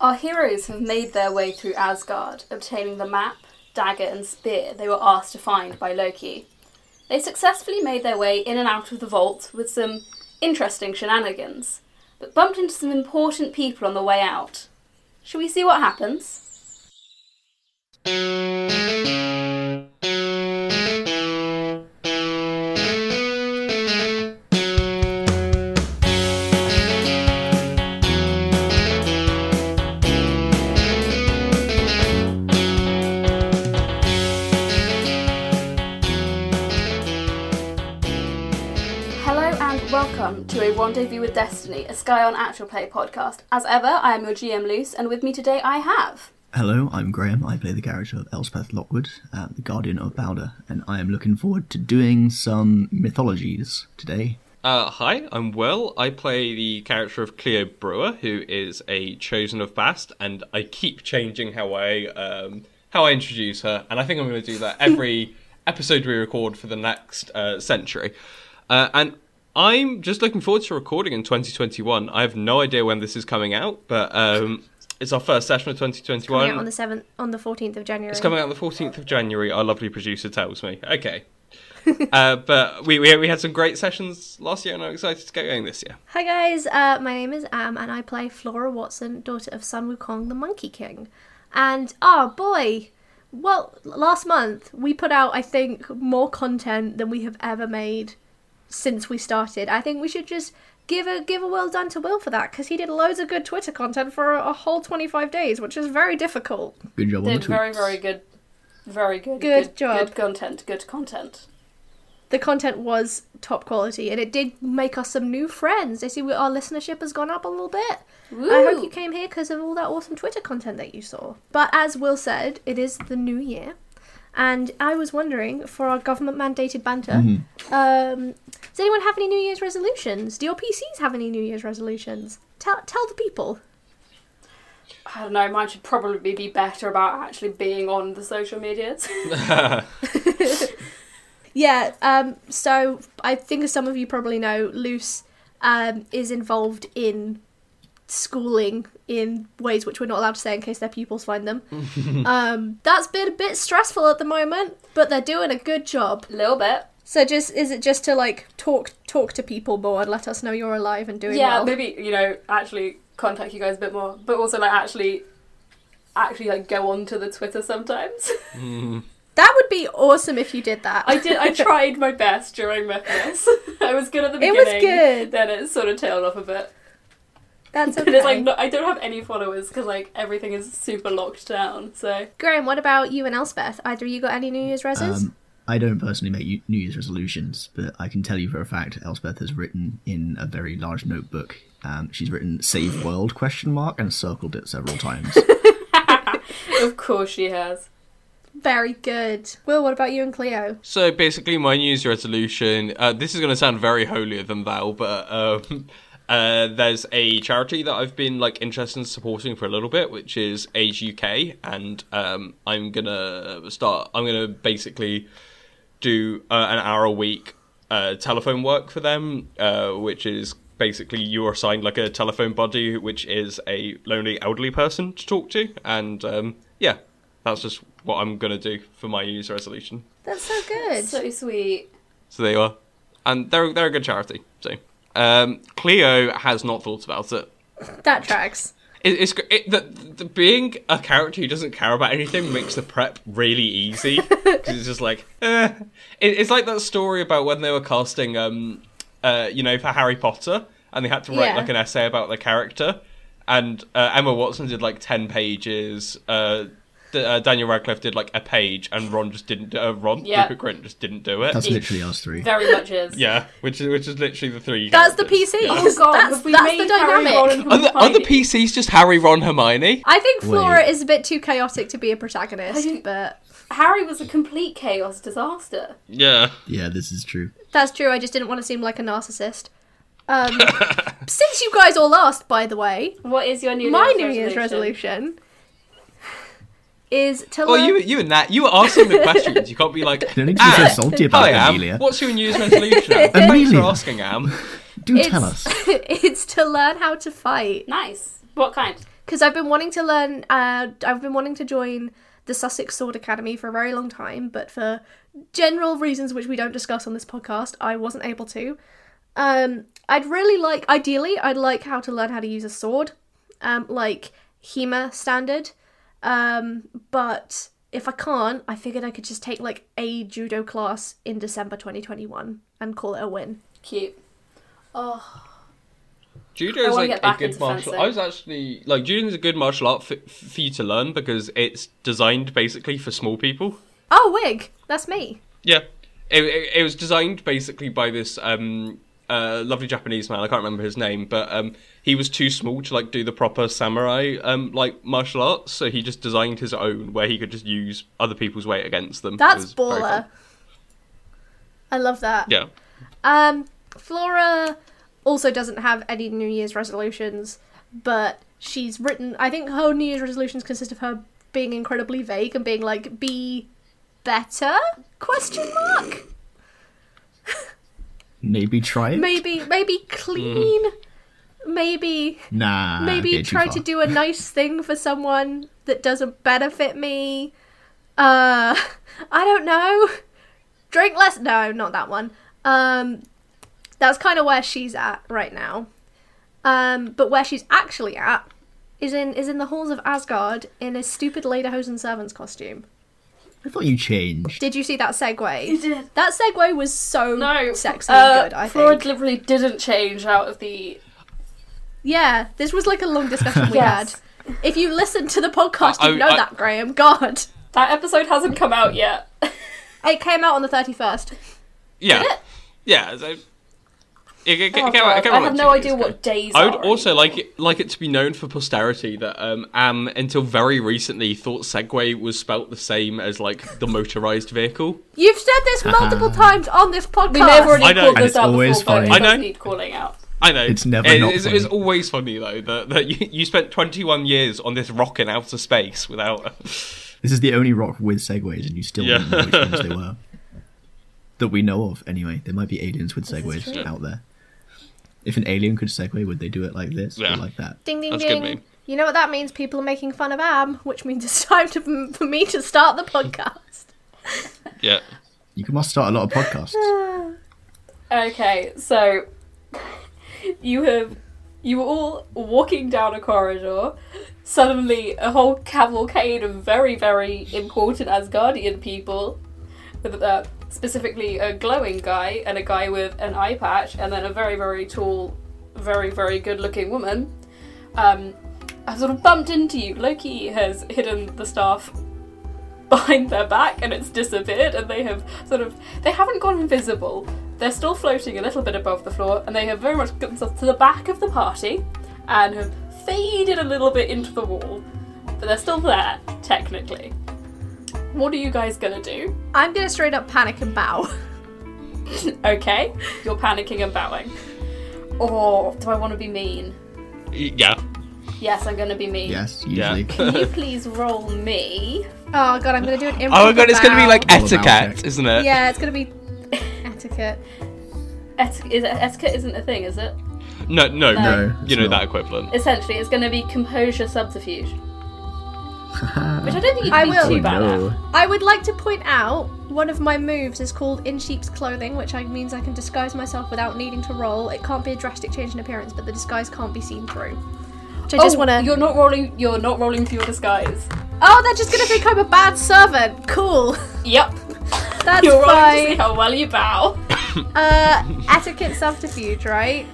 Our heroes have made their way through Asgard, obtaining the map, dagger, and spear they were asked to find by Loki. They successfully made their way in and out of the vault with some interesting shenanigans, but bumped into some important people on the way out. Shall we see what happens? Hello and welcome to a Rendezvous with Destiny, a Sky on Actual Play podcast. As ever, I am your GM Luce, and with me today I have. Hello, I'm Graham. I play the character of Elspeth Lockwood, uh, the Guardian of Balder, and I am looking forward to doing some mythologies today. Uh, hi, I'm Will. I play the character of Cleo Brewer, who is a chosen of Bast, and I keep changing how I um, how I introduce her, and I think I'm going to do that every episode we record for the next uh, century. Uh, and I'm just looking forward to recording in 2021. I have no idea when this is coming out, but um, it's our first session of 2021. coming out on the seventh, on the fourteenth of January. It's coming out on the 14th of January, our lovely producer tells me. Okay. uh, but we, we we had some great sessions last year, and I'm excited to get going this year. Hi guys, uh, my name is Am, and I play Flora Watson, daughter of Sun Wukong, the Monkey King. And oh boy, well, last month we put out, I think, more content than we have ever made since we started. I think we should just give a give a well done to Will for that because he did loads of good Twitter content for a, a whole twenty five days, which is very difficult. Good job on the Did tweets. very, very good. Very good. Good job. Good content. Good content. the content was top quality and it did make us some new friends. I see we, our listenership has gone up a little bit. I hope Woo. you came here because of all that awesome Twitter content that you saw. But as Will said, it is the new year. And I was wondering, for our government mandated banter, um, does anyone have any New Year's resolutions? Do your PCs have any New Year's resolutions? Tell, tell the people. I don't know, mine should probably be better about actually being on the social medias. Yeah, um, so I think as some of you probably know, Luce um, is involved in schooling in ways which we're not allowed to say in case their pupils find them. um, that's been a bit stressful at the moment, but they're doing a good job. A little bit. So just is it just to like talk talk to people more and let us know you're alive and doing Yeah, well? maybe, you know, actually contact you guys a bit more, but also, like, actually. Actually, like go on to the Twitter sometimes. Mm. That would be awesome if you did that. I did. I tried my best during Mythos. I was good at the It beginning. was good. Then it sort of tailed off a bit. That's But it's like okay. no, I don't have any followers because like everything is super locked down. So Graham, what about you and Elspeth? Either you got any New Year's reses? Um, I don't personally make u- New Year's resolutions, but I can tell you for a fact Elspeth has written in a very large notebook. Um, she's written "Save World?" question mark and circled it several times. of course she has. Very good. Will, what about you and Cleo? So basically, my New Year's resolution. Uh, this is going to sound very holier than thou, but um, uh, there's a charity that I've been like interested in supporting for a little bit, which is Age UK, and um, I'm gonna start. I'm gonna basically do uh, an hour a week uh, telephone work for them, uh, which is basically you are assigned like a telephone buddy, which is a lonely elderly person to talk to, and um, yeah, that's just what I'm gonna do for my New Year's resolution. That's so good. So sweet. So there you are. And they're they're a good charity. So um, Cleo has not thought about it. That tracks. it it's gr- it, the, the, being a character who doesn't care about anything makes the prep really easy. 'Cause it's just like eh. It- it's like that story about when they were casting, um, uh, you know, for Harry Potter, and they had to write Yeah. like an essay about the character. And uh, Emma Watson did like ten pages. Uh, D- uh, Daniel Radcliffe did like a page, and Ron just didn't. Uh, Ron Yeah. Rupert Grint just didn't do it. That's literally us three. Very much is. Yeah, which is which is literally the three. That's the characters. PC. Oh god, that's, have we that's made the Harry dynamic. Roland Are the, are the Oh, Hermione? PCs just Harry, Ron, Hermione? I think Flora Wait. is a bit too chaotic to be a protagonist, I do- but Harry was a complete chaos disaster. Yeah. Yeah, this is true. that's true. I just didn't want to seem like a narcissist. Um, since you guys all asked, by the way, What is your new my Year's New Year's resolution is to Oh, Well, learn. Oh, you you and that you were asking the questions. You can't be like, You don't need to be "Ah, so salty about hi, it, Am. Amelia. What's your New Year's resolution? Am? Thanks Amelia. for asking, Am. Do it's, tell us. it's to learn how to fight. Nice. What kind? because I've been wanting to learn. Uh, I've been wanting to join the Sussex Sword Academy for a very long time, but for general reasons which we don't discuss on this podcast, I wasn't able to. Um, I'd really like, ideally, I'd like how to learn how to use a sword, um, like HEMA standard. Um, but if I can't, I figured I could just take like a judo class in December 2021 and call it a win. Cute. Oh, I Judo is wanna like get a back good into martial. fencing. I was actually like judo is a good martial art for, for you to learn because it's designed basically for small people. Oh, wig! That's me. Yeah, it, it, it was designed basically by this um, uh, lovely Japanese man. I can't remember his name, but um, he was too small to like do the proper samurai um, like martial arts, so he just designed his own where he could just use other people's weight against them. It was That's very baller. fun. I love that. Yeah, Um, Flora also doesn't have any New Year's resolutions, but she's written. I think her New Year's resolutions consist of her being incredibly vague and being like, "Be better?" Question mark. Maybe try it. Maybe, maybe clean. Maybe, Nah. maybe get Ah, too try far. to do a nice thing for someone that doesn't benefit me. Uh, I don't know. Drink less. No, not that one. Um, that's kind of where she's at right now. Um, but where she's actually at is in is in the halls of Asgard in a stupid lederhosen servant's costume. I thought you changed. Did you see that you segue? did. That segue was so No, sexy uh, and good. I Flora think. deliberately didn't change out of the. Yeah, this was like a long discussion we Yes. had. If you listen to the podcast, I- you know I- that, Graham. God. That episode hasn't come out yet. It came out on the 31st. yeah, Did it? yeah. So, it, it, it Oh, came out- it God, came I out have like no two idea years ago. what days. I would are. also like it, like it to be known for posterity that um, Am until very recently thought Segway was spelt the same as like the motorized vehicle. You've said this multiple times on this podcast. We may have already I know. called And this it's out always before, but funny. it I does know. need calling out. I know It's never It- not it's, it's funny. always funny though that, that you, you spent 21 years on this rock in outer space without. This is the only rock with segways, and you still Yeah. don't know which ones they were. That we know of, anyway. There might be aliens with true. segways out there. If an alien could segue, would they do it like this Yeah. or like that? Ding, ding, That's a good ding. meme. You know what that means? People are making fun of Am, which means it's time to, for me to start the podcast. yeah. You must start a lot of podcasts. Okay, so you have you were all walking down a corridor. Suddenly, a whole cavalcade of very, very important Asgardian people, with uh, specifically a glowing guy and a guy with an eye patch, and then a very, very tall, very, very good-looking woman, um, have sort of bumped into you. Loki has hidden the staff behind their back and it's disappeared and they have sort of they haven't gone invisible they're still floating a little bit above the floor and they have very much got themselves to the back of the party and have faded a little bit into the wall but they're still there technically what are you guys gonna do I'm going to straight up panic and bow. okay you're panicking and bowing or do i want to be mean Yeah. yes i'm gonna be mean Yes, Yeah. usually. can you please roll me Oh, God, I'm going to do an impromptu Oh my god, it's going to be bow. like All about etiquette, it. isn't it? Yeah, it's going to be etiquette. Et- is etiquette isn't a thing is it No, no, No, You it's know not. that equivalent. essentially it's going to be composure subterfuge which i don't think you'd I be will. too Oh, bad at no. I would like to point out one of my moves is called in sheep's clothing, which I means I can disguise myself without needing to roll. It can't be a drastic change in appearance, but the disguise can't be seen through. Which I just Oh, want to. you're not rolling you're not rolling for your disguise Oh, they're just gonna think I'm a bad servant. Cool. yep That's you're rolling to see fine. how well you bow Uh, etiquette subterfuge, right?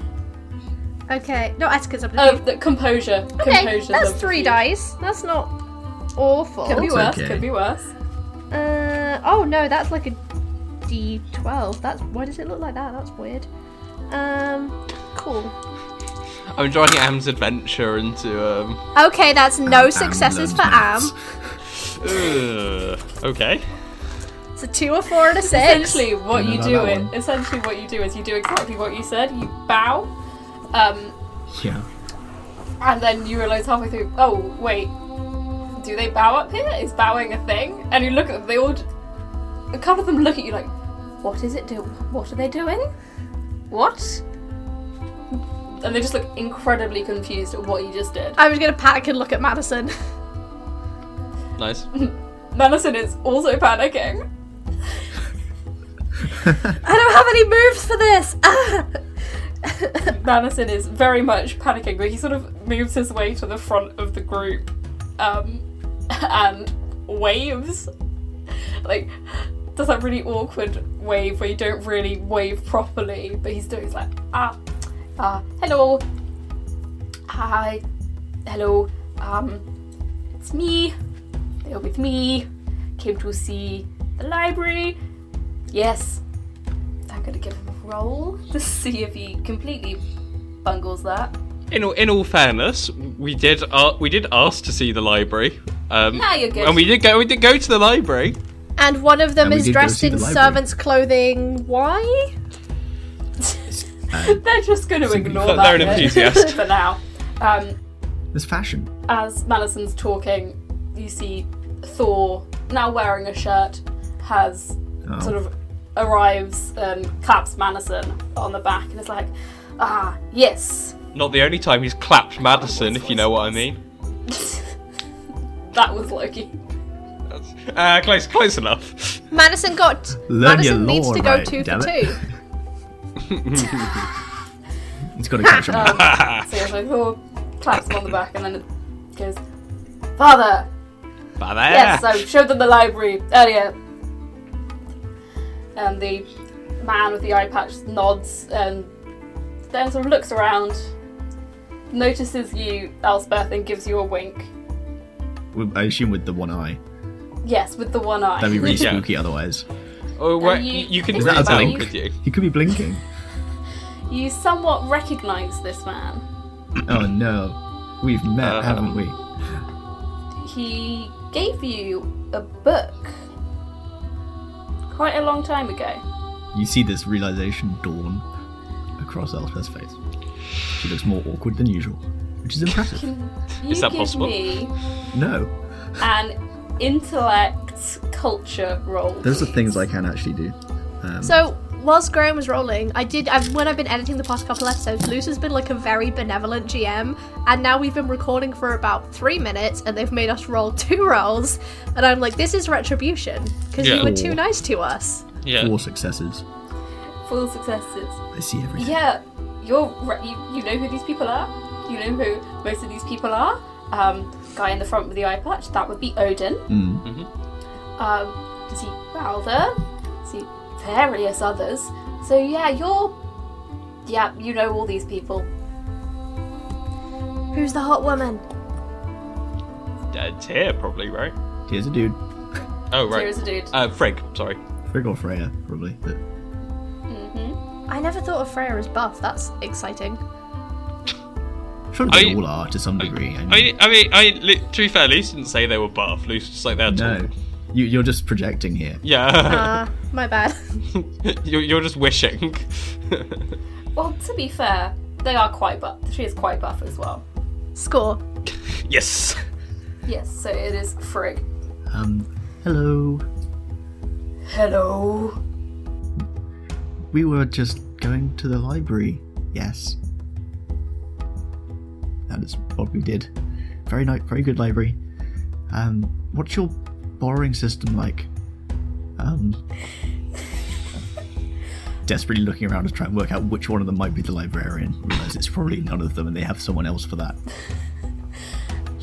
Okay. No etiquette oh subterfuge. the composure okay, composure that's subterfuge. three dice. That's not awful. could be That's worse okay. could be worse Uh, oh no, that's like a D12. That's why does it look like that? That's weird. Um, cool. I'm drawing Am's adventure into. Um, Okay, that's no Am successes learns for Am. maths. ugh, okay. It's a two, a four, and a six. essentially what No, you no, do that it one. essentially what you do is you do exactly what you said you bow um Yeah. and then you realize halfway through oh wait do they bow up here is bowing a thing and you look at them they all a couple of them look at you like what is it do what are they doing what and they just look incredibly confused at what you just did. I was gonna panic and look at Madison. Nice. Madison is also panicking. I don't have any moves for this. Ah! Madison is very much panicking, but he sort of moves his way to the front of the group um, and waves. Like, does that really awkward wave where you don't really wave properly, but he's doing he's like, ah, ah, hello, hi, hello, um, it's me, they're with me, came to see the library. Yes, I'm gonna give him a roll to see if he completely bungles that. In all, in all fairness, we did uh, we did ask to see the library. Um, Ah, you're good. And we did go. We did go to the library. and one of them And we is did go dressed see in the library. servant's clothing. Why? Uh, They're just going to ignore They're that. an bit enthusiast. for now. Um, There's fashion. as Madison's talking, you see Thor now wearing a shirt has Oh. sort of arrives and claps Madison on the back and is like, ah yes, Not the only time he's clapped Madison, if you know what I mean. that was Loki. That's, uh, close, close enough. Madison got. Learn your Madison needs law, to go right, two for damn it. two. It's got to catch up. Um, so yeah, so Thor "Oh," claps him on the back and then it goes, father. Bye Yes, I showed them the library earlier. And the man with the eye patch nods and then sort of looks around, notices you, Elspeth, and gives you a wink. Um, With- I assume with the one eye. Yes, with the one eye. That'd be really Yeah. spooky otherwise. Oh, well, you- you, you can Is Is that that a a tell, blink? blink? could you? He could be blinking. you somewhat recognise this man. Oh no. We've met, Uh, haven't we? He gave you a book quite a long time ago. You see this realization dawn across Elspeth's face. She looks more awkward than usual, which is impressive. Can you that give possible? me no. an intellect culture role? Those are please? things I can actually do. Um, So whilst Graham was rolling, I did. I've, when I've been editing the past couple episodes, Luce has been like a very benevolent GM, and now we've been recording for about three minutes, and they've made us roll two rolls, and I'm like, this is retribution because Yeah. you were too Aw. nice to us. Yeah. four successes. Full successes. I see everything. Yeah, you're right. You, you know who these people are. You know who most of these people are. Um, guy in the front with the eye patch. That would be Odin. Mm. Mm-hmm. Um, you see Balder. you See various others. So yeah, you're. Yeah, you know all these people. Who's the hot woman? Uh, Tyr, probably, right? Here's a dude. Oh, right. Here is a dude. Uh, Frigg, sorry. Frigg or Freya, probably. But Mm-hmm. I never thought of Freya as buff. That's exciting. surely they I- all are to some degree. I mean, I, I mean, I, li- to be fair, Luce didn't say they were buff. Luce was just like that. no. You, you're just projecting here. Yeah. Uh, my bad. you're, you're just wishing. Well, to be fair, they are quite buff. She is quite buff as well. Score. yes. Yes. So it is Frigg. Um, hello. Hello. We were just going to the library. Yes. That is what we did. Very nice, very good library. Um, what's your borrowing system like? Um, desperately looking around to try and work out which one of them might be the librarian. Realize it's probably none of them, and they have someone else for that.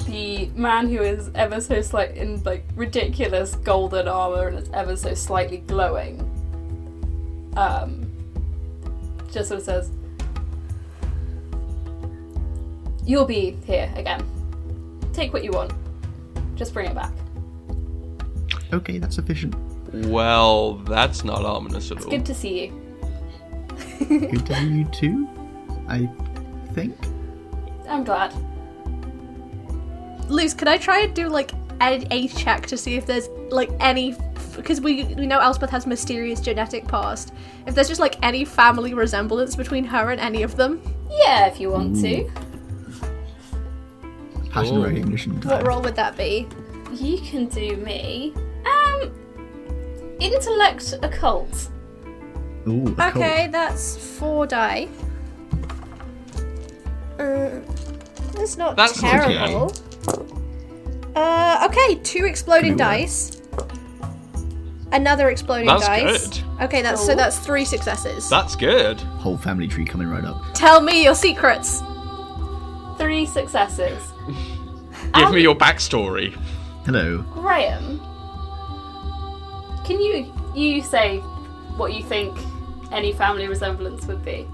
the man who is ever so slight in like ridiculous golden armor and is ever so slightly glowing um just sort of says you'll be here again take what you want just bring it back Okay, that's sufficient. Well, that's not ominous at all. good to see you Good to you too. I think. i'm glad Luce, can I try and do like a, a check to see if there's like any because we we know Elspeth has mysterious genetic past. If there's just like any family resemblance between her and any of them, yeah if you want to Pattern Ooh. recognition. what role would that be? you can do me um intellect occult Ooh, a cult. Okay, that's four die. Uh, that's not That's not terrible. Uh, okay, two exploding Could be worse. dice. Another exploding That's dice. good. Okay, that's so Cool. that's three successes. That's good. Whole family tree coming right up. Tell me your secrets. Three successes. Give Um, me your backstory. Hello. Graham, can you you say what you think any family resemblance would be?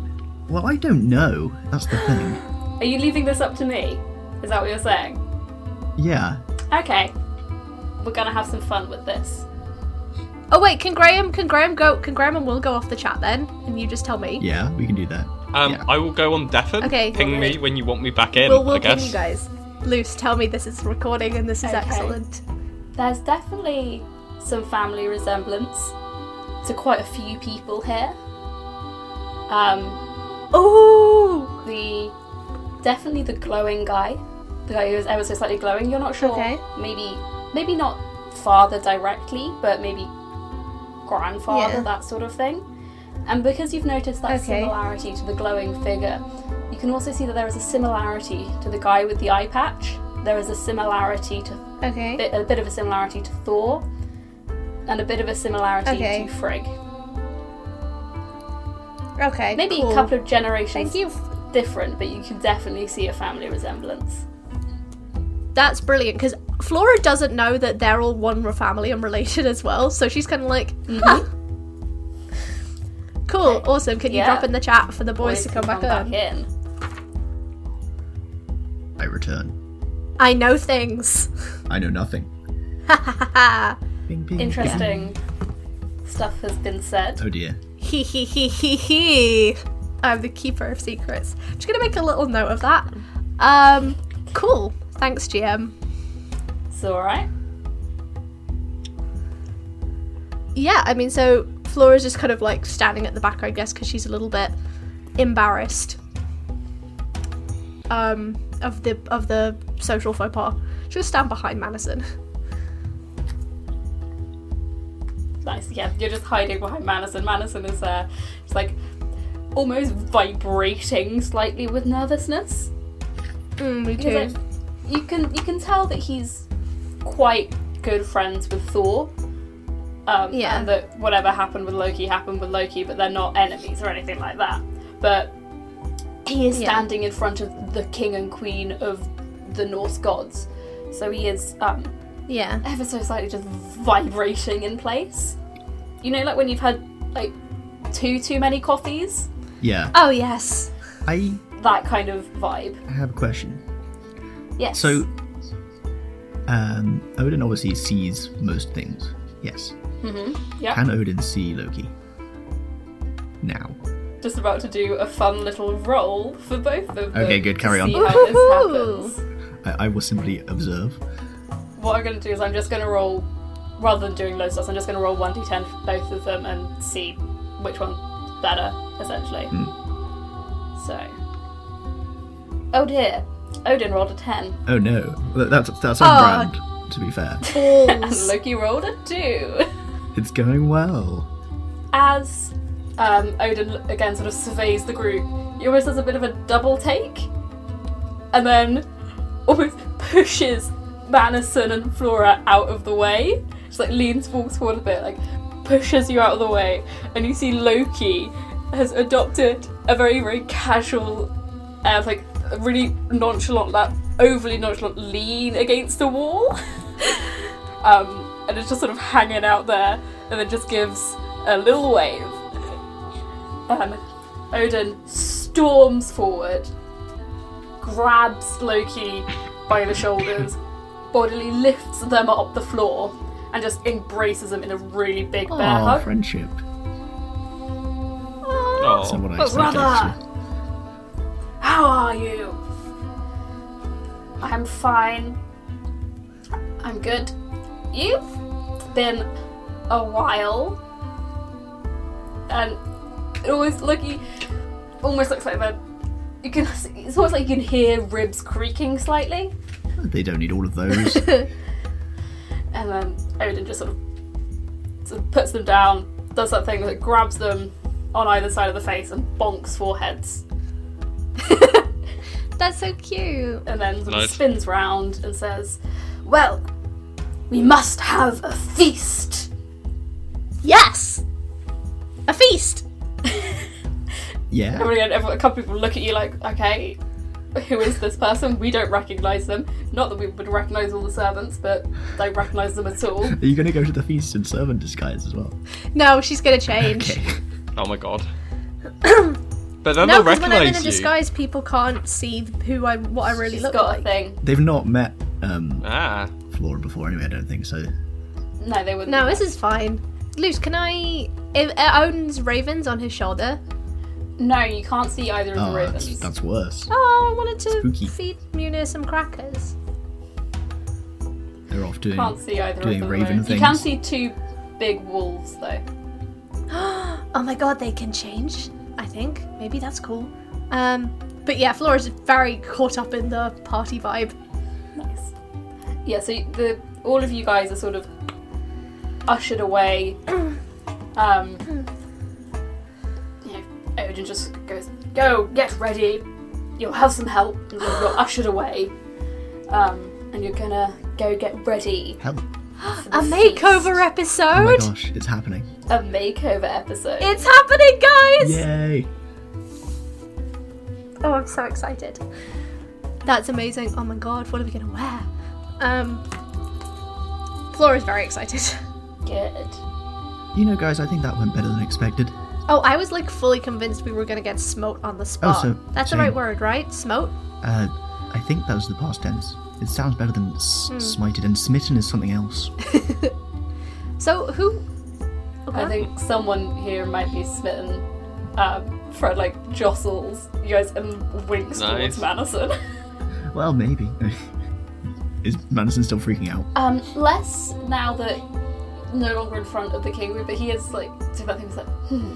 Well, I don't know. That's the thing. Are you leaving this up to me? Is that what you're saying? Yeah. Okay, we're gonna have some fun with this. Oh wait, can Graham can Graham go can Graham and Will go off the chat then? And you just tell me. Yeah, we can do that. Um, Yeah. I will go on Defen. Okay. Ping me when you want me back in. Will will I ping guess. you guys. Luce, tell me this is recording and this is Okay. excellent. There's definitely some family resemblance to quite a few people here. Um, Ooh the definitely the glowing guy, the guy who is ever so slightly glowing. You're not sure. Okay. Maybe maybe not father directly, but maybe grandfather, Yeah. that sort of thing. And because you've noticed that Okay. similarity to the glowing figure, you can also see that there is a similarity to the guy with the eye patch. There is a similarity to Okay. bit, a bit of a similarity to Thor, and a bit of a similarity Okay. to Frigg. okay. Maybe cool. a couple of generations Thank you. different, but you can definitely see a family resemblance. That's brilliant because Flora doesn't know that they're all one family and related as well, so she's kind of like, "Huh." cool, awesome. Can Yeah. you drop in the chat for the boys Boys to can come, back, on? in. I return. I know things. I know nothing. Bing, bing, bing. Interesting stuff has been said. Oh dear. Hee hee hee hee hee. I'm the keeper of secrets. I'm just gonna make a little note of that. Um, cool. Thanks, GM. It's all right. Yeah, I mean, so Flora's just kind of like standing at the back, I guess, because she's a little bit embarrassed um, of the of the social faux pas. She'll stand behind Madison. Nice. Yeah, you're just hiding behind Madison. Madison is there. She's like almost vibrating slightly with nervousness. Mm, me He's like, you can you can tell that he's quite good friends with Thor. Um, Yeah. And that whatever happened with Loki happened with Loki, but they're not enemies or anything like that. But he is Yeah. standing in front of the king and queen of the Norse gods, so he is um, Yeah. ever so slightly just vibrating in place. You know, like when you've had like too too many coffees, Yeah. Oh yes. I that kind of vibe. have a question. Yes. So, um, Odin obviously sees most things. Yes. yeah. Can Odin see Loki? Now. just about to do a fun little roll for both of them. Okay, good, carry on. to See how Woohoo! this happens. I, I will simply observe. What I'm going to do is I'm just going to roll, rather than doing loads of dice, I'm just going to roll 1d10 for both of them and see which one's better, essentially. Hmm. So. Oh dear. Odin rolled a 10. Oh no. That, that's that's Aw. on Oh. brand. To be fair, And Balls. Loki rolled a 2. it's going well. As um, Odin again sort of surveys the group, he almost does a bit of a double take and then almost pushes Madison and Flora out of the way. Just like leans forward forward a bit, like pushes you out of the way, and you see Loki has adopted a very, very casual, uh, like a really nonchalant, like overly nonchalant lean against the wall. um, and it's just sort of hanging out there, and then just gives a little wave. Um, Odin storms forward, grabs Loki by the shoulders, bodily lifts them up the floor, and just embraces them in a really big bear Aw, hug. friendship. Oh, That's not what I But expected. rather- actually. How are you? I'm fine. I'm good. You've been a while. And it always looky almost looks like the you can it's almost like you can hear ribs creaking slightly. They don't need all of those. And then Odin just sort of, sort of puts them down, does that thing that grabs them on either side of the face and bonks foreheads. That's so cute. and then sort of Nice. spins round and says, Well, we must have a feast. Yes! A feast! Yeah. Everyone, everyone- a couple people look at you like, Okay, who is this person? We don't recognise them. Not that we would recognise all the servants, but don't recognise them at all. Are you going to go to the feast in servant disguise as well? No, she's gonna change. Okay. Oh my god. but then No, they'll because when I'm in recognize a you. disguise, people can't see who I what I really She's look got a like. thing. They've not met um, Ah. Flora before anyway, I don't think so. No, they wouldn't. No, this is fine. Luce, can I? It it owns ravens on his shoulder. No, you can't see either of the Oh, that's, ravens. that's worse. Ah, Oh, I wanted to Spooky. feed Muna some crackers. They're off doing. Can't see either doing of the raven ravens. You can things. see two big wolves though. Oh my god, they can change. I think maybe that's cool. Um, but yeah, Flora's very caught up in the party vibe. Nice. Yeah, so the all of you guys are sort of ushered away. um, you know, Odin just goes, "Go get ready. You'll have some help." And you're, you're ushered away, um, and you're gonna go get ready. Help. for the A feast. makeover Oh my episode. gosh, it's happening. A makeover episode. it's happening, guys! Yay! Oh, I'm so excited. That's amazing. Oh my god, what are we gonna wear? Um, Flora's very excited. Good. You know, guys, I think that went better than expected. Oh, I was like fully convinced we were gonna get smote on the spot. Oh, so- That's same. the right word, right? Smote? Uh, I think that was the past tense. It sounds better than s- Hmm. smited, and smitten is something else. So who? I think someone here might be smitten. Um, Fred like jostles you guys and winks Nice. towards Madison. Well, maybe. is Madison still freaking out? Um, less now that no longer in front of the king, but he is like developing himself. Hmm.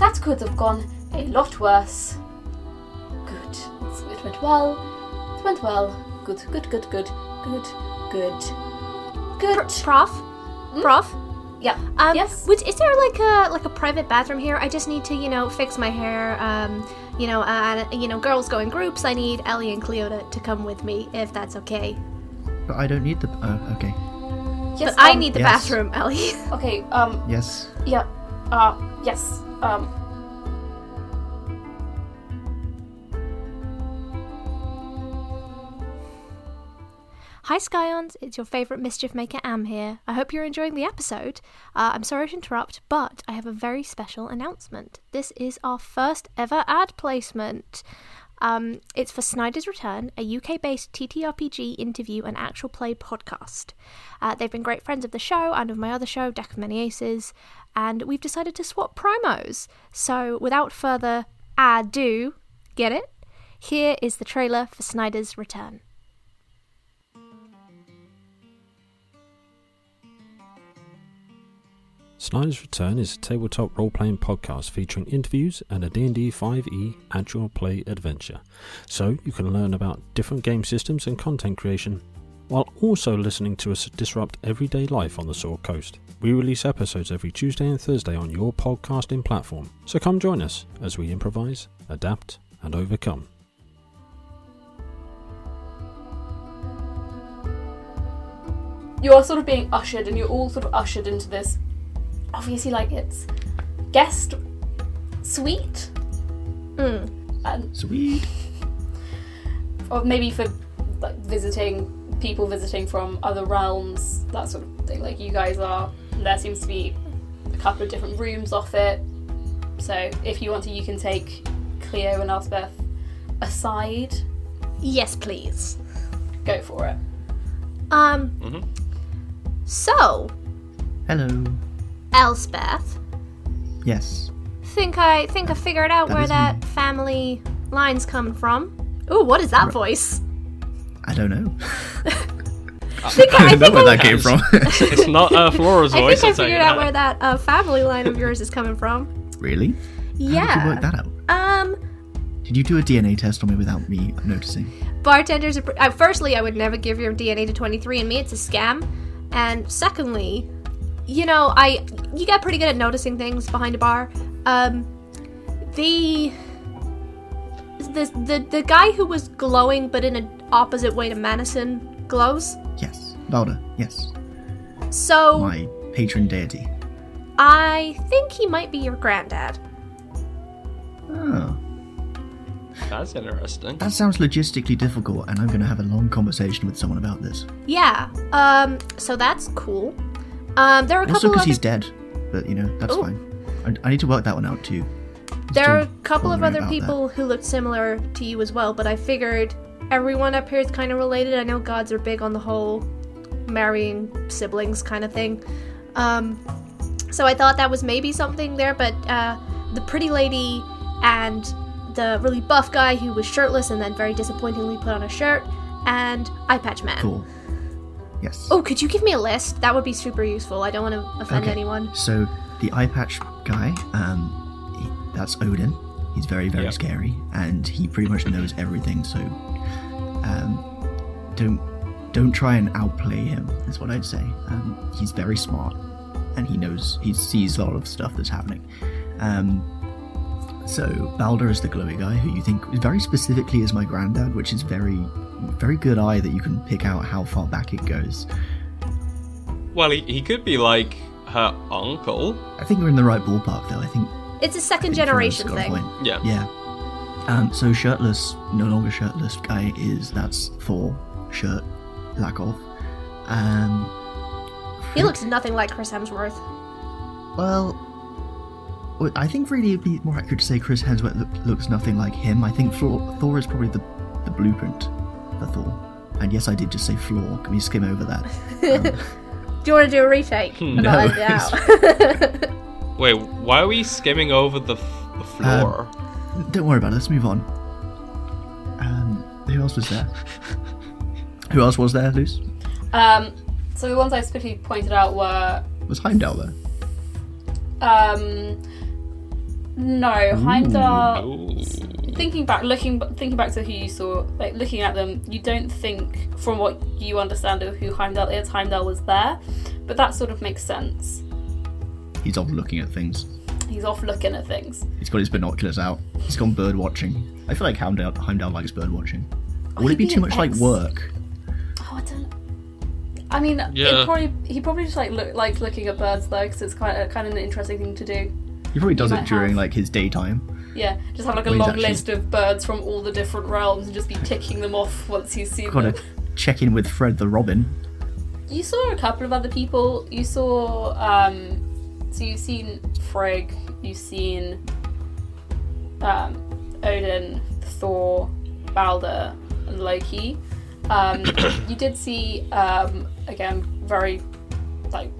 That could have gone a lot worse. Good. So It went well. It went well. Good, good, good, good, good, good. Pr- Good. prof? Prof? Yeah. Um, Yes. Would, is there like a like a private bathroom here? I just need to you know fix my hair. Um, you know, uh, and, you know, girls go in groups. I need Ellie and Cleo to, to come with me if that's okay. But I don't need the. Uh, okay. Yes, But I um, need the Yes. bathroom, Ellie. Okay, um, Yes. yeah. Uh, yes. Um, Hi, Skyons. It's your favourite mischief maker, Am here. I hope you're enjoying the episode. Uh, I'm sorry to interrupt, but I have a very special announcement. This is our first ever ad placement. Um, it's for Snyder's Return, a UK based TTRPG interview and actual play podcast. Uh, they've been great friends of the show and of my other show, Deck of Many Aces, and we've decided to swap promos. So, without further ado, get it? Here is the trailer for Snyder's Return. Snyder's Return is a tabletop role-playing podcast featuring interviews and a D&D 5e actual play adventure. So you can learn about different game systems and content creation while also listening to us disrupt everyday life on the Sword Coast. We release episodes every Tuesday and Thursday on your podcasting platform. So come join us as we improvise, adapt, and overcome. you're sort of being ushered, and you're all sort of ushered into this. Obviously, like it's guest suite. Sweet. or maybe for like visiting people visiting from other realms, that sort of thing. Like you guys are, there seems to be a couple of different rooms off it. So if you want to, you can take Cleo and Elspeth aside. Yes, please. Go for it. Um. So, Hello. Elspeth, Yes. think I think I figured out That where is that me. family line's coming from. Ooh, what is that voice? I don't know. Think I, I think I, came from. It's not uh, Flora's I, voice. think I I'll tell you figured out that. where that uh, family line of yours is coming from. really? How did you work Yeah. that out? Um, Did you do a DNA test on me without me noticing? bartenders. Are, pr- uh, firstly, I would never give your DNA to 23andMe. It's a scam. And secondly, you know, I you get pretty good at noticing things behind a bar. Um, the this the the guy who was glowing, but in an opposite way to Manison glows. Yes. Valda, yes. So My patron deity. I think he might be your granddad. Oh. That's interesting. That sounds logistically difficult, and I'm going to have a long conversation with someone about this. Yeah. Um. So that's cool. Um. There are a Also couple because of he's dead, but you know, that's Ooh. fine. I, I need to work that one out too. He's there are a still couple of pondering other about that. people who looked similar to you as well, but I figured everyone up here is kind of related. I know gods are big on the whole marrying siblings kind of thing. Um, so I thought that was maybe something there, but uh, the pretty lady and the really buff guy who was shirtless and then very disappointingly put on a shirt, and Eye Patch Man. Cool. Yes. Oh, could you give me a list? That would be super useful. I don't want to offend Okay. anyone. So the eye patch guy, um, he, that's Odin. He's very very Yeah. scary, and he pretty much knows everything. So, um, don't don't try and outplay him. Is what I'd say. Um, he's very smart, and he knows he sees a lot of stuff that's happening. Um, so Balder is the glowy guy who you think very specifically is my granddad, which is very very good eye that you can pick out how far back it goes. Well, he, he could be like her uncle. I think we're in the right ballpark though. I think It's a second think Frodo's generation got a thing. point. Yeah. Yeah. Um, so shirtless, no longer shirtless guy is that's Thor, shirt, lack of. Um, He looks nothing like Chris Hemsworth. well, w- I think really it'd be more accurate to say Chris Hemsworth look, looks nothing like him. I think Thor, Thor is probably the the blueprint for Thor. And yes, I did just say floor. Can we skim over that? Do you want to do a retake? I'm Hmm. No, not letting it it's- out. Wait, why are we skimming over the, f- the Um, floor? Don't worry about it. Let's move on. Um, who else was there? who else was there, Luce? Um, so the ones I specifically pointed out were Was Heimdall there? um, no Heimdall. Ooh. thinking back looking thinking back to who you saw like looking at them you don't think from what you understand of who heimdall is heimdall was there but that sort of makes sense He's off looking at things. he's off looking at things He's got his binoculars out. He's gone bird watching. I feel like Heimdall, Heimdall likes bird watching. Would Oh, he'd it be be too an much like ex. work? oh i don't i mean it Yeah. probably he probably just like look like looking at birds though because it's quite a, kind of an interesting thing to do He probably does might it during have. like his daytime. yeah just have like a Well, he's long actually- list of birds from all the different realms and just be ticking them off once he's seen Got them to check in with Fred the Robin. You saw a couple of other people. You saw, um, so you've seen Frigg, you've seen um, Odin, Thor, Balder, and Loki. Um, you did see, um, again, very, like,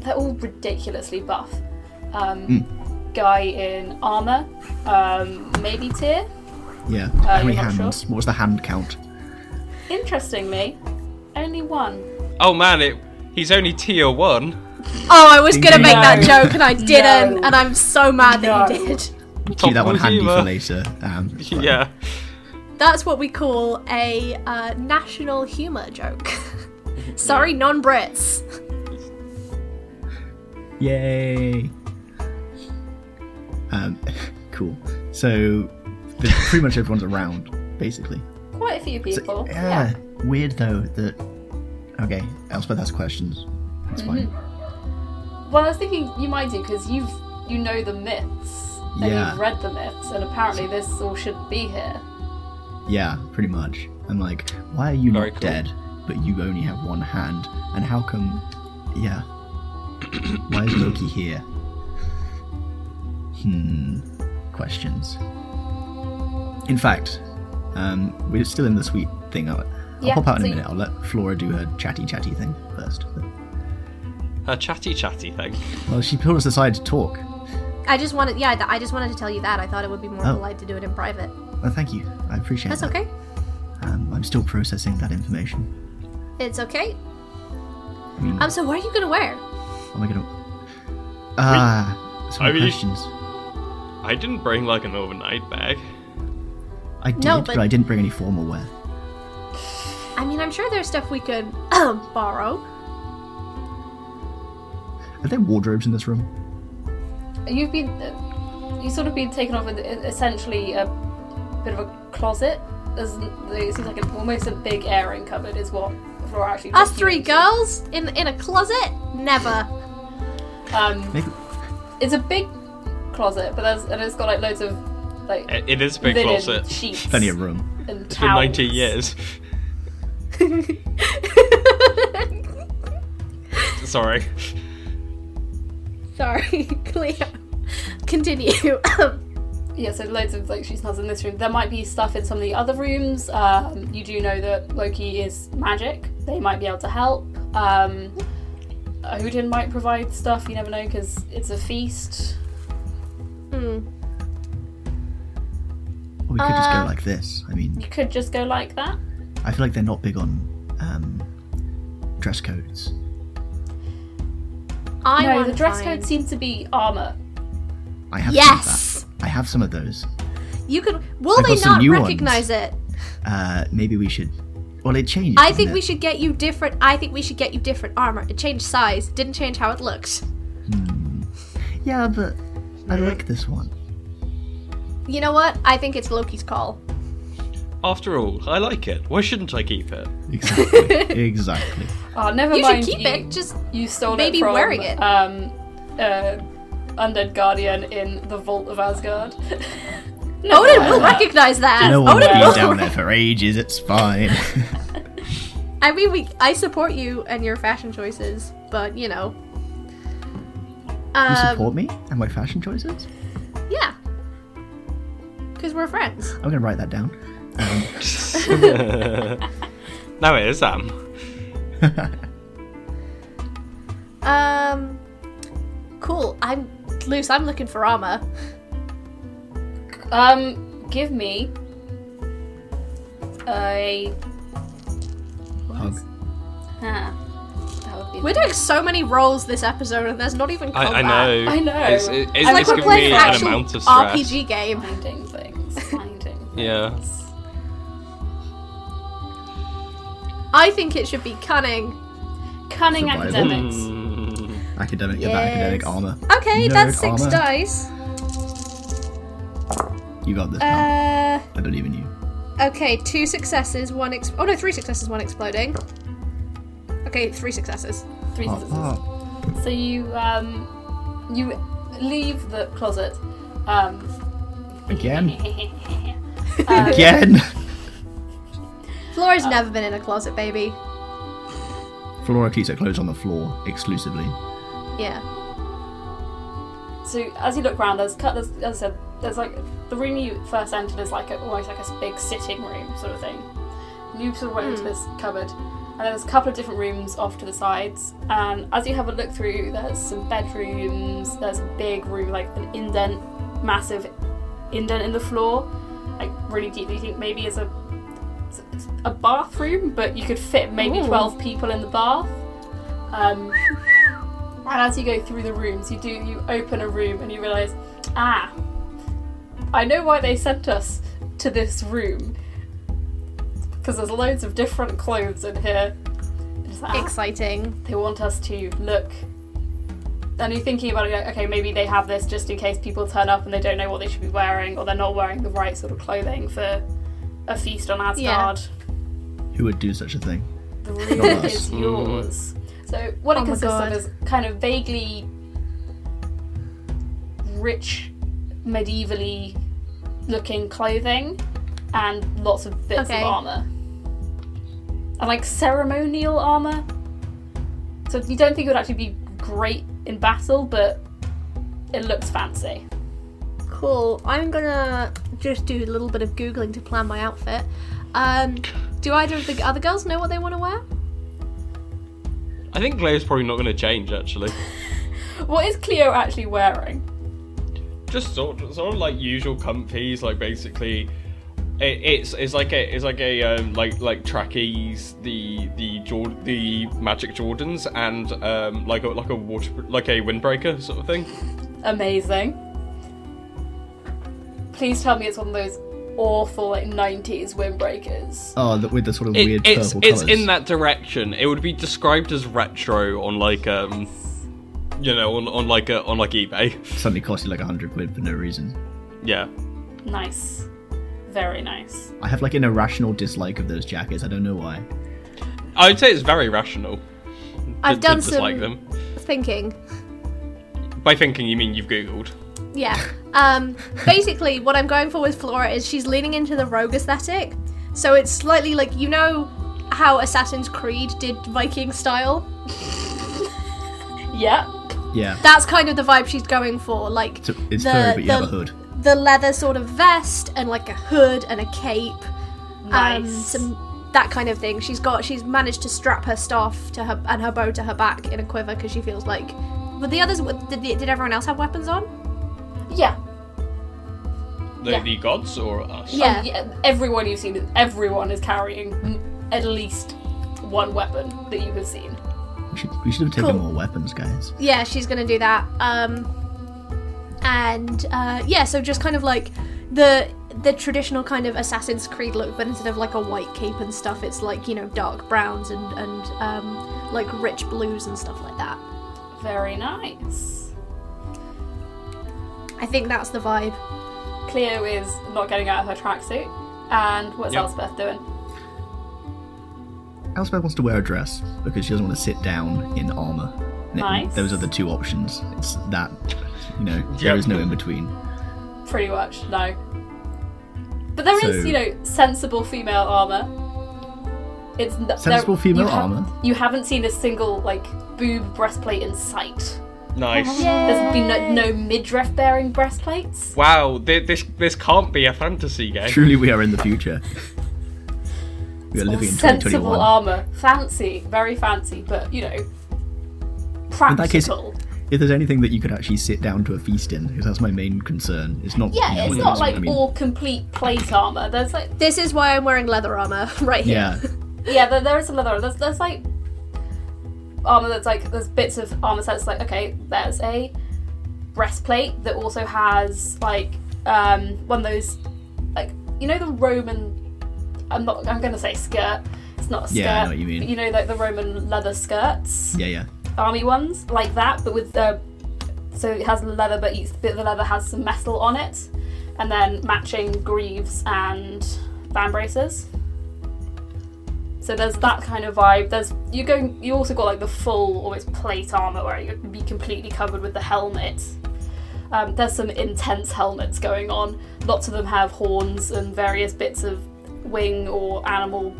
they're all ridiculously buff. Um, Guy in armor, um, maybe Tyr. Yeah. Uh, How many you're not hands? sure? What was the hand count? Interestingly, only one. Oh man, it he's only tier one. oh, I was gonna make that No. joke and I didn't, No. and I'm so mad that you No. did. Keep that one handy for Kojima. later. Um, it's fine. Yeah. That's what we call a uh, national humor joke. Sorry, non-Brits. Yay. Um, cool. So, the, pretty much everyone's around, basically. Quite a few people. Yeah. Weird though that. Okay, Elspeth has questions. That's Mm-hmm. fine. Well, I was thinking you might do because you've you know the myths and Yeah. you've read the myths, and apparently this all shouldn't be here. Yeah, pretty much. I'm like, why are you Very not cool. dead, but you only have one hand? And how come. Yeah. why is Loki here? Hmm. Questions. In fact, um, we're still in the sweet thing. I'll, I'll Yeah, pop out in a so you- minute. I'll let Flora do her chatty chatty thing first. Her chatty chatty thing. Well, she pulled us aside to talk. I just wanted, yeah, th- I just wanted to tell you that. I thought it would be more Oh. polite to do it in private. Well, thank you. I appreciate That's that. okay. Um, I'm still processing that information. It's okay. I mean, Um, so what are you gonna wear? oh my god. Ah, so I many mean- questions. I didn't bring like an overnight bag. I did, No, but... but- I didn't bring any formal wear. I mean, I'm sure there's stuff we could borrow. Are there wardrobes in this room? You've been uh, you sort of been taken off with e- essentially a bit of a closet. There's, it seems like an, almost a big airing cupboard is what Flora actually. Us just three used. girls in in a closet? Never. Um, Maybe it's a big closet, but there's and it's got like loads of like It it is a Eh, big linen closet. It's sheets. plenty of room. and been towels. 19 years. Sorry. Sorry, Cleo. Continue. Um, Yeah, so loads of like she's not in this room. There might be stuff in some of the other rooms. Um, you do know that Loki is magic. They might be able to help. Um, Odin might provide stuff. You never know because it's a feast. Hmm. Or we could just go Uh, like this. I mean, You could just go like that. I feel like they're not big on um, dress codes. I no, want the dress to code find- seems to be armor. I have some Yes. of that. I have some of those. You could. Will I've they got some not new ones. recognize it? Uh, maybe we should. Well, it changed. I didn't think it? we should get you different. I think we should get you different armor. It changed size. It didn't change how it looked. Yeah, but I like this one. You know what? I think it's Loki's call. After all, I like it. Why shouldn't I keep it? Exactly. exactly. Oh, never you mind. should keep it. Just You stole Maybe it from wearing it. Um, uh, undead guardian in the vault of Asgard. No, Odin will recognize that. No one Odin been will. down there for ages. It's fine. I mean, we. I support you and your fashion choices, but you know. you Um, support me and my fashion choices. Yeah. Because we're friends. I'm gonna write that down. No, it is Am. Um, cool. I'm loose. I'm looking for armor. Um, give me a. Hug. Huh. That would be. We're doing so many rolls this episode, and there's not even I, Oh, I combat. know. I know. It's, it, it's, It's like it's we're giving me playing an an actual amount of stress. RPG game. finding things. Finding. Things. Yeah. I think it should be cunning. Cunning Survival. academics. Mm. Academic Yes. about academic armor. Okay, Nerd that's six armor. dice. You got this. pal. Uh, I believe in you. okay, two successes, one ex. Oh no, three successes, one exploding. Okay, three successes. Three Oh, scissors. oh. So you um, you leave the closet. Um, oh, Again. uh, Again. Uh, Flora's never been in a closet, baby. Flora keeps her clothes on the floor exclusively. Yeah. So as you look around, there's cut. There's, as I said, there's like the room you first entered is like a, almost like a s- big sitting room sort of thing. And you sort of went into this cupboard, and then there's a couple of different rooms off to the sides. And as you have a look through, there's some bedrooms. There's a big room, like an indent, massive indent in the floor, like really deep. that You think maybe is a it's a bathroom, but you could fit maybe Ooh. twelve people in the bath. Um, and as you go through the rooms, you do you open a room and you realise, ah, I know why they sent us to this room because there's loads of different clothes in here. It's like, uh, ah, Exciting. they want us to look. And you're thinking about it, like, okay, maybe they have this just in case people turn up and they don't know what they should be wearing, or they're not wearing the right sort of clothing for a feast on Asgard. Who would do such a thing? The room Not us. is yours. Mm. So what it Oh my consists God. of is kind of vaguely rich, medievally looking clothing and lots of bits Okay. of armor. And like ceremonial armor. So you don't think it would actually be great in battle, but it looks fancy. Cool. I'm gonna just do a little bit of googling to plan my outfit. Um, do either of the other girls know what they want to wear? I think Gleo's probably not going to change, actually. What is Cleo actually wearing? Just sort of, sort of like usual comfies, like basically. It, it's it's like a it's like a um, like like trackies the the Jord- the magic Jordans and um like a like a water like a windbreaker sort of thing. Amazing. Please tell me it's one of those awful like 90s windbreakers. Oh, the, with the sort of It- weird it's purple it's colours. in that direction. It would be described as retro on like um, you know, on, on like a, on like eBay. Suddenly cost you like a hundred quid for no reason. Yeah, Nice. very nice. I have like an irrational dislike of those jackets. I don't know why. I would say it's very rational. to- I've to done dislike some them. thinking. By thinking, you mean you've googled. Yeah. Um, basically, what I'm going for with Flora is she's leaning into the rogue aesthetic. So it's slightly like, you know how Assassin's Creed did Viking style? Yep. Yeah. That's kind of the vibe she's going for. Like, It's, it's furry, but you have a hood. The leather sort of vest and like a hood and a cape. Nice. Um, some that kind of thing. She's got. She's managed to strap her staff to her and her bow to her back in a quiver because she feels like. But the others, did, did everyone else have weapons on? yeah. The, Yeah. the gods or us? Yeah. Oh, yeah. Everyone you've seen, everyone is carrying m- at least one weapon that you have seen. We should, we should have taken Cool. more weapons, guys. yeah, she's gonna do that. Um, and uh, yeah, so just kind of like the the traditional kind of Assassin's Creed look, but instead of like a white cape and stuff, it's like you know dark browns and and um, like rich blues and stuff like that. Very nice. I think that's the vibe. Cleo is not getting out of her tracksuit. And what's Yep. Elspeth doing? Elspeth wants to wear a dress because she doesn't want to sit down in armor. And it- Nice. Those are the two options. It's that, you know, there Yep. is no in between. Pretty much, no. But there is, So- you know, sensible female armor. It's n- there- Sensible female you ha- armor? You haven't seen a single like boob breastplate in sight. Nice. There's been no, no midriff bearing breastplates. Wow, thi- this this can't be a fantasy game. Truly, we are in the future. we are living in Sensible 2021. armor, fancy, very fancy, but you know, that case- practical. if there's anything that you could actually sit down to a feast in, because that's my main concern. It's not. you know, Yeah, it's whether not like I mean, all complete plate armor. There's like This is why I'm wearing leather armor right here. Yeah, Yeah, there, there is another one. There's, there's like armor that's like there's bits of armor that's like okay, there's a breastplate that also has like um one of those like you know the Roman. I'm not. I'm gonna say skirt. It's not a skirt. Yeah, I know what you mean. But you know like the Roman leather skirts, yeah, yeah. army ones like that, but with the so it has leather, but each bit of the leather has some metal on it, and then matching greaves and band braces. So there's that kind of vibe. There's you go. You also got like the full almost plate armor where you would be completely covered with the helmet. Um, there's some intense helmets going on. Lots of them have horns and various bits of wing or animal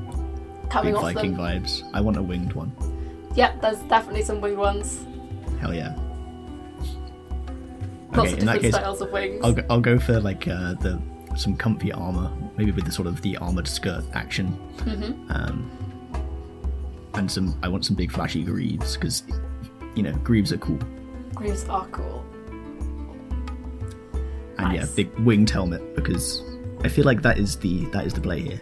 coming Big off Viking them. vibes. I want a winged one. Yep, there's definitely some winged ones. Hell yeah. Lots Okay, of in that different case, styles of wings. I'll go, I'll go for like uh, the some comfy armor, maybe with the sort of the armored skirt action, Mm-hmm. um, and some. I want some big flashy greaves because, you know, greaves are cool. Grooves are cool. And yeah, Nice. big winged helmet because I feel like that is the that is the play here.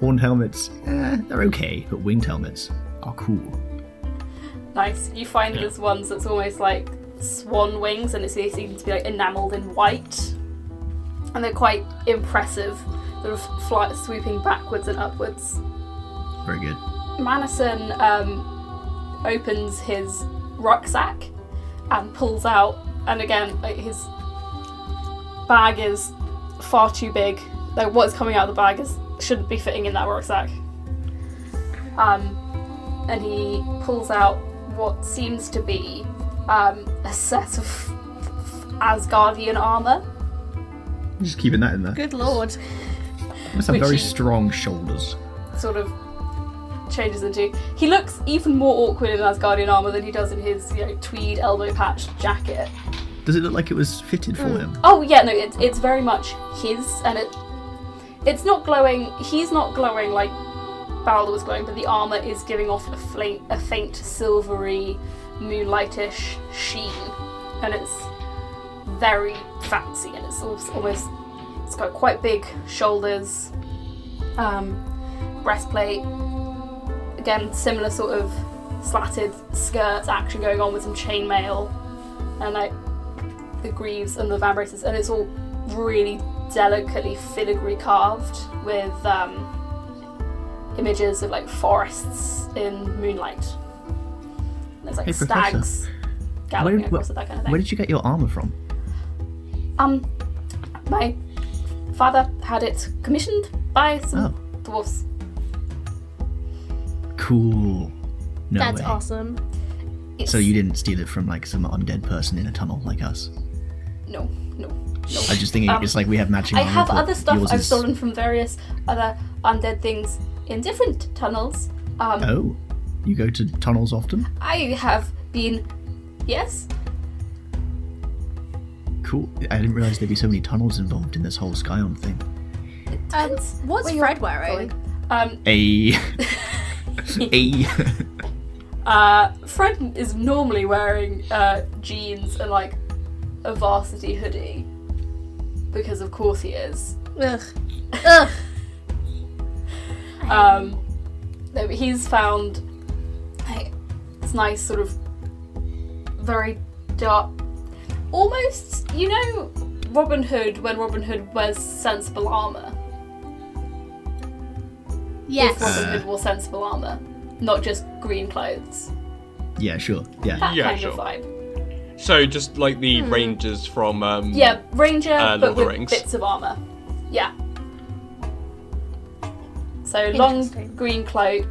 Horned helmets, eh, they're okay, but winged helmets are cool. Nice. You find there's ones that's almost like swan wings, and it's they seem to be like enamelled in white, and they're quite impressive. Sort of fly, swooping backwards and upwards. Very good. Manison um, opens his rucksack and pulls out, and again, like, his bag is far too big. Like what's coming out of the bag is shouldn't be fitting in that rucksack. Um, and he pulls out what seems to be um, a set of Asgardian armor. Just keeping that in there. Good lord. Must have Which very you- strong shoulders. sort of changes into. He looks even more awkward in Asgardian armor than he does in his you know tweed elbow patch jacket. Does it look like it was fitted for him? Oh yeah, no, it's it's very much his, and it it's not glowing. He's not glowing like Balder was glowing, but the armor is giving off a faint, a faint silvery, moonlightish sheen, and it's very fancy, and it's al- almost it's got quite big shoulders, um, breastplate. Again, similar sort of slatted skirt action going on with some chainmail, and like the greaves and the van braces, and it's all really delicately filigree carved with um, images of like forests in moonlight. And There's like Hey, Professor. stags Where, galloping where- across it, that kind of thing. where did you get your armor from? Um, my father had it commissioned by some Oh. dwarfs. Cool. No That's way. awesome. It's, So you didn't steal it from like some undead person in a tunnel like us. No, no, no. I'm just thinking Um, it's like we have matching. I armor, have but other stuff yours I've is- stolen from various other undead things in different tunnels. Um, Oh, you go to tunnels often? I have been, yes, Cool. I didn't realize there'd be so many tunnels involved in this whole Skyon thing. Um, Depends what's where you're Fred wearing? going. Um, A. A. uh, Fred is normally wearing uh, jeans and like a varsity hoodie because, of course, he is. Ugh. Ugh. Um, no, but he's found like, this nice sort of very dark, almost you know Robin Hood when Robin Hood wears sensible armor. If Yes. Uh, Robin Uh. Hood wore sensible armor, not just green clothes. yeah, sure. Yeah. That Yeah, kind sure. of vibe. So just like the Hmm. rangers from um, Yeah, ranger, Uh, Lord but of the with Rings. bits of armor. Yeah. So long Interesting. green cloak,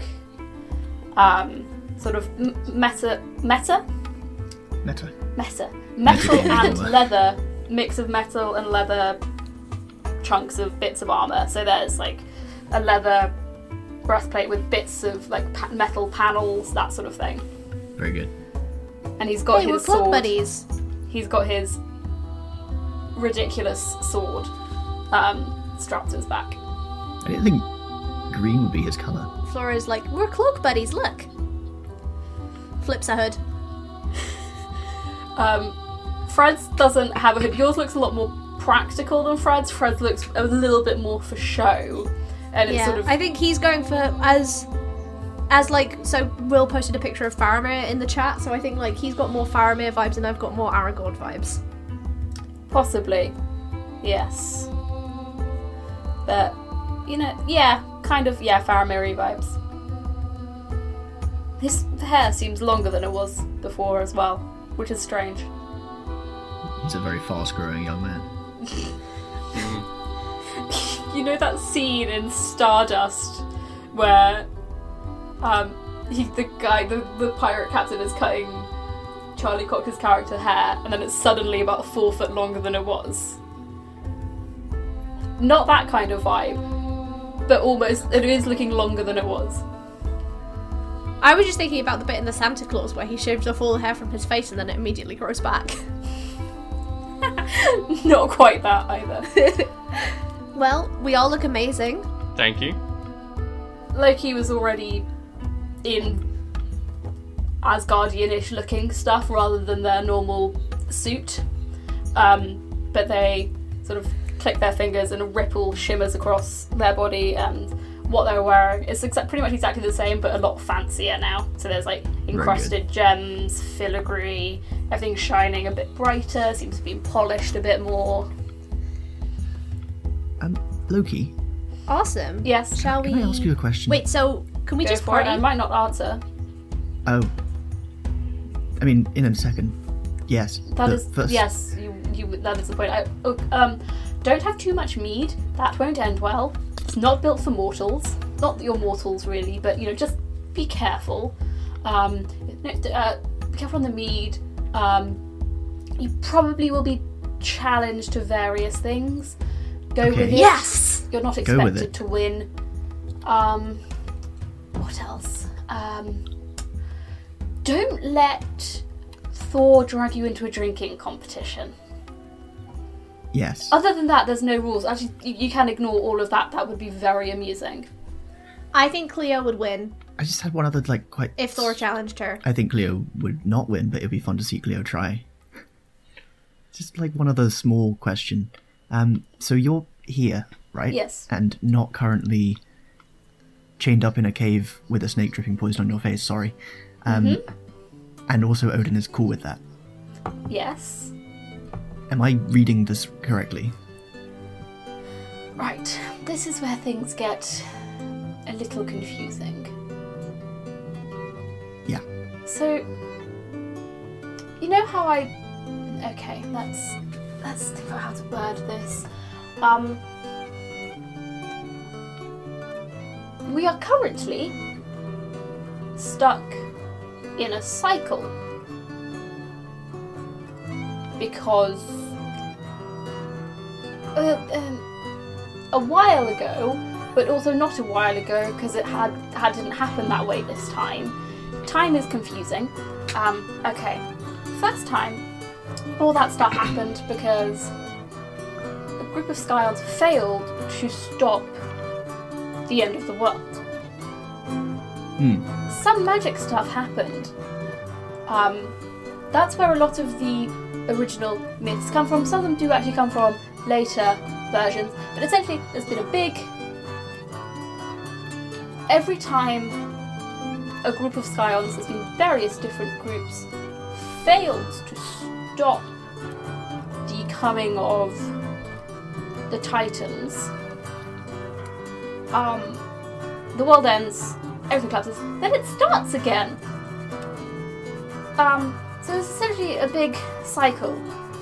um, sort of m- meta meta Meta. Meta. Metal Metal and armor. leather. Mix of metal and leather chunks of bits of armour. So there's like a leather breastplate with bits of like pa- metal panels, that sort of thing. Very good. And he's got Hey, we're his club sword. buddies. He's got his ridiculous sword um, strapped to his back. I didn't think green would be his color. Flora's like, we're cloak buddies, look. Flips her hood. Um, Fred's doesn't have a hood. Yours looks a lot more practical than Fred's. Fred's looks a little bit more for show. And it's yeah, sort of I think he's going for as as like so. Will posted a picture of Faramir in the chat, so I think like he's got more Faramir vibes, and I've got more Aragorn vibes. Possibly. Yes. But, you know, yeah, kind of, yeah, Faramiri vibes. His hair seems longer than it was before as well, which is strange. He's a very fast-growing young man. You know that scene in Stardust where um, he, the guy, the, the pirate captain is cutting Charlie Cocker's character hair and then it's suddenly about four foot longer than it was? Not that kind of vibe, but almost, it is looking longer than it was. I was just thinking about the bit in the Santa Claus where he shaves off all the hair from his face and then it immediately grows back. Not quite that either. well, we all look amazing. Thank you. Loki was already in Asgardian-ish looking stuff rather than their normal suit. Um, but they sort of click their fingers and a ripple shimmers across their body and what they're wearing. It's exa- pretty much exactly the same but a lot fancier now. So there's like encrusted gems, filigree, everything's shining a bit brighter, seems to have been polished a bit more. Um, Loki, Awesome. Yes. Shall we? can I ask you a question? Wait. So can we Go just for it. party? I might not answer. Oh. I mean, in a second. Yes. That but is first, yes, you, you that is the point. I, oh, um, don't have too much mead. That won't end well. It's not built for mortals. Not that you're mortals really, but you know, just be careful. Um, no, d- uh, be careful on the mead. Um, you probably will be challenged to various things. Go Okay. with it. Yes. You're not Go with expected it. to win. Um, what else? Um, don't let Thor drag you into a drinking competition. Yes. Other than that, there's no rules. Actually, you, you can ignore all of that. That would be very amusing. I think Cleo would win I just had one other, like, quite. if Thor challenged her. I think Cleo would not win, but it'd be fun to see Cleo try. Just like one other small question. Um, so you're here, right? Yes. And not currently chained up in a cave with a snake dripping poison on your face. Sorry. Um, Mm-hmm. And also, Odin is cool with that. Yes. Am I reading this correctly? Right. This is where things get a little confusing. Yeah. So, you know how I? Okay, let's let's think about how to word this. Um, we are currently stuck in a cycle because uh, um, a while ago, but also not a while ago because it had, had didn't happen that way this time. Time is confusing. Um, okay, first time, all that stuff happened because a group of Scions failed to stop the end of the world Hmm. some magic stuff happened. Um, that's where a lot of the original myths come from. Some of them do actually come from later versions, but essentially, there's been a big. Every time a group of Scions, there's been various different groups, fails to stop the coming of the Titans. Um, the world ends, everything collapses, then it starts again. Um, so it's essentially a big cycle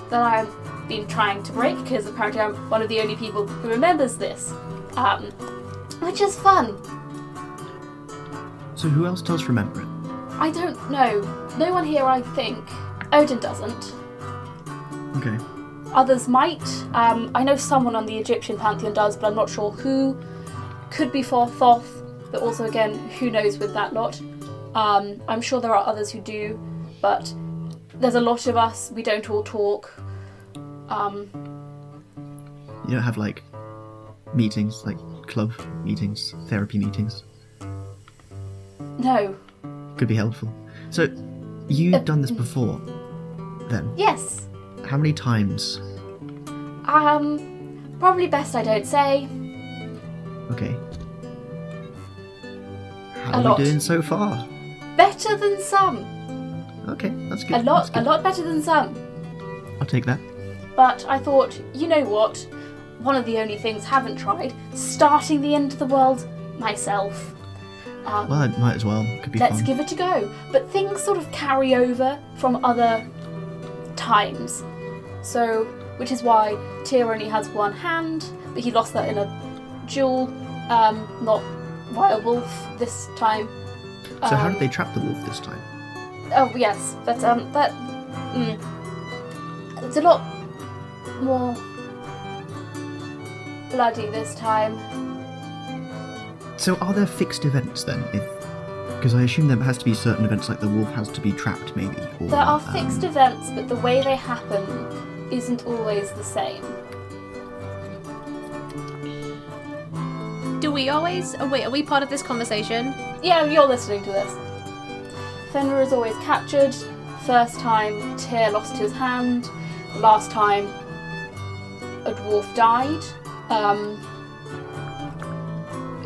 that I've been trying to break because apparently I'm one of the only people who remembers this, um, which is fun. So who else does remember it? I don't know. No one here, I think. Odin doesn't. Okay. Others might. Um, I know someone on the Egyptian pantheon does, but I'm not sure who. Could be for Thoth, but also again, who knows with that lot. Um, I'm sure there are others who do, but there's a lot of us. We don't all talk. Um, You don't have like meetings, like club meetings, therapy meetings. no. Could be helpful. So you've done this before, then. Yes. How many times? Um, probably best I don't say. Okay. How A are lot. we doing so far? Better than some. Okay, that's good. A lot. that's A good. lot better than some. I'll take that. But I thought, you know what? One of the only things I haven't tried, starting the end of the world myself. Um, Well, it might as well. Could be let's fun. give it a go. But things sort of carry over from other times. So, which is why Tyr only has one hand, but he lost that in a duel, um, not Wild Wolf this time. so how Um, did they trap the wolf this time? Oh yes, but um, that mm, it's a lot more bloody this time. So are there fixed events then? If because I assume there has to be certain events like the wolf has to be trapped, maybe. Or, There are um, fixed events, but the way they happen isn't always the same. Do we always? Oh, wait, are we part of this conversation? Yeah, you're listening to this. Fenrir is always captured. First time, Tyr lost his hand. Last time, a dwarf died. Um,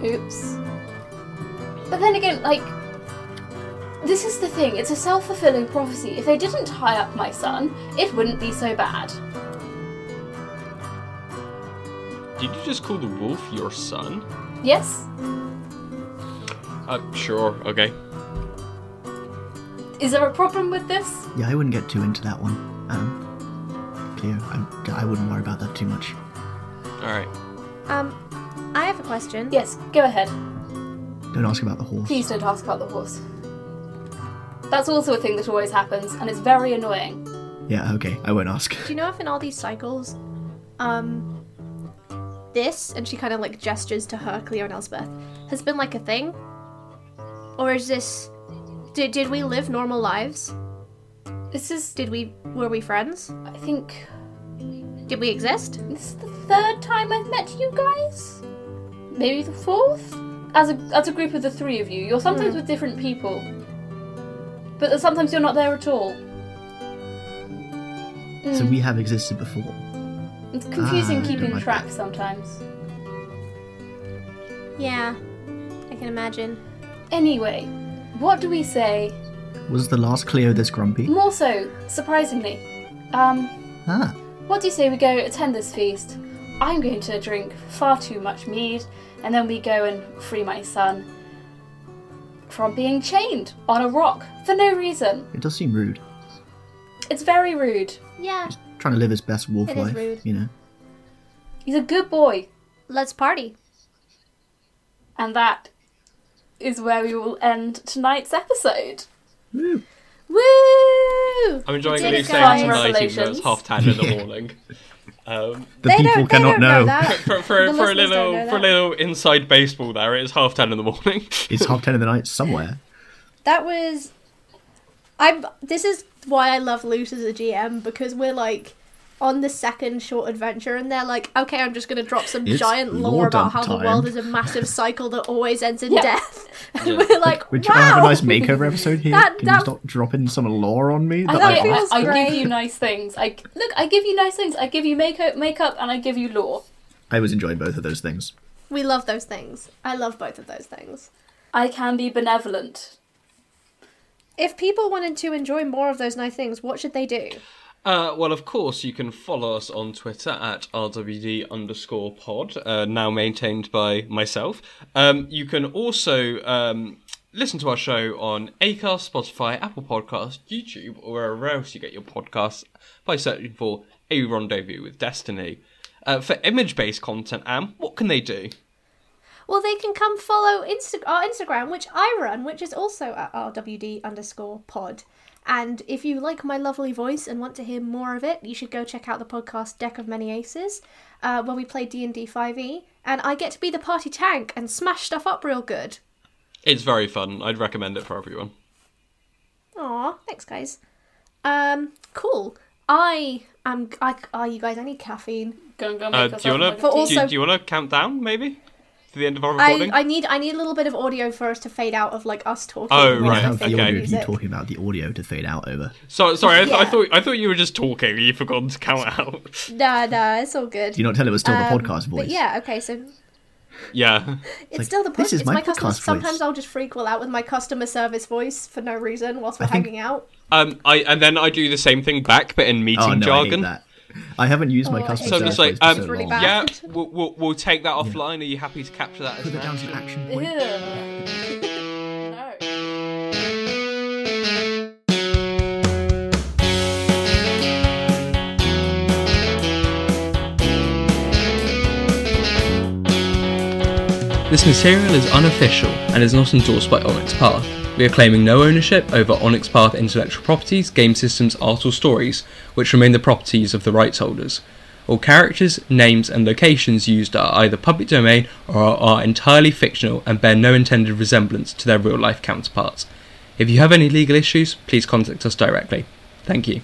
oops. But then again, like, this is the thing it's a self fulfilling prophecy. If they didn't tie up my son, it wouldn't be so bad. Did you just call the wolf your son? Yes? Uh, sure, okay. Is there a problem with this? Yeah, I wouldn't get too into that one. Um, clear. I, I wouldn't worry about that too much. Alright. Um, I have a question. Yes, go ahead. Don't ask about the horse. Hmm. Please don't ask about the horse. That's also a thing that always happens, and it's very annoying. Yeah, okay. I won't ask. Do you know if in all these cycles, um, this and she kind of like gestures to her, Cleo and Elspeth, has been like a thing, or is this? Did did we live normal lives? This is, Did we were we friends? I think, Did we exist? this is the third time I've met you guys. Maybe the fourth. As a as a group of the three of you, you're Hmm. sometimes with different people, but then sometimes you're not there at all. Hmm. So we have existed before. It's confusing Ah, keeping like track that. sometimes. Yeah, I can imagine. Anyway, what do we say? Was the last Cleo this Hmm. grumpy? More so, surprisingly, um, Ah, What do you say we go attend this feast? I'm going to drink far too much mead, and then we go and free my son from being chained on a rock for no reason. it does seem rude. It's very rude. Yeah, Trying to live his best wolf It is life, rude. you know. He's a good boy, let's party. and that is where we will end tonight's episode. Woo. Woo! I'm enjoying Did it, Luke saying guys? tonight, even though it's Revelations. half ten in the morning. Um, The they people don't, they cannot don't know. know. that. for, for, The for a listeners don't know little that. for a little inside baseball, there it is half ten in the morning. It's half ten in the night somewhere. That was. I'm. This is why I love Loot as a GM because we're like on the second short adventure, and they're like, okay, I'm just going to drop some It's giant lore lore about dump how the time. world is a massive cycle that always ends in Yeah. death, and Yeah. we're like, Would you wanna have wow. a nice makeover episode here? That- Can that- you stop dropping some lore on me? I, that thought I've it missed? was- I, I give great. you nice things. I look. I give you nice things. I give you makeup, makeup, and I give you lore. I was enjoying both of those things. we love those things. I love both of those things. I can be benevolent. If people wanted to enjoy more of those nice things, what should they do? Uh, well, of course, you can follow us on Twitter at rwd underscore pod, uh, now maintained by myself. Um, you can also um, listen to our show on Acast, Spotify, Apple Podcasts, YouTube, or wherever else you get your podcasts by searching for A Rendezvous with Destiny. Uh, for image based content, Am, what can they do? Well, they can come follow Insta- our Instagram, which I run, which is also at rwd underscore pod. And if you like my lovely voice and want to hear more of it, you should go check out the podcast Deck of Many Aces, uh, where we play D and D five e, and I get to be the party tank and smash stuff up real good. It's very fun. I'd recommend it for everyone. Aw, thanks guys. Um, cool. I am. I. Oh, you guys, I need caffeine. Go and go and Uh, make do you yourself want a to For all- cup of tea. also- do, you want to count down maybe to the end of our I, recording? I need. I need a little bit of audio for us to fade out of like us talking. Oh, with We Right, have fade the okay. audio, you music. talking about the audio to fade out over. So, sorry, I, th- I Yeah. thought I thought you were just talking. You forgot to count out. Nah, nah, it's all good. Do you not tell it was still Um, the podcast voice? But yeah, okay, so Yeah. it's like, still the podcast. "This is it's my my customer. podcast voice." Sometimes I'll just freak well out with my customer service voice for no reason whilst we're I think- hanging out. Um. I and then I do the same thing back, but in meeting Oh no, jargon. I hate that. I haven't used Oh, my I customer hate So that. service it's like, voice for um, so Really long. bad. yeah, we'll, we'll we'll take that offline. Are you happy to capture that as Put an it down as an action action? Ew. point. no. This material is unofficial and is not endorsed by Onyx Path. We are claiming no ownership over Onyx Path intellectual properties, game systems, art, or stories, which remain the properties of the rights holders. All characters, names, and locations used are either public domain or are entirely fictional and bear no intended resemblance to their real life counterparts. If you have any legal issues, please contact us directly. Thank you.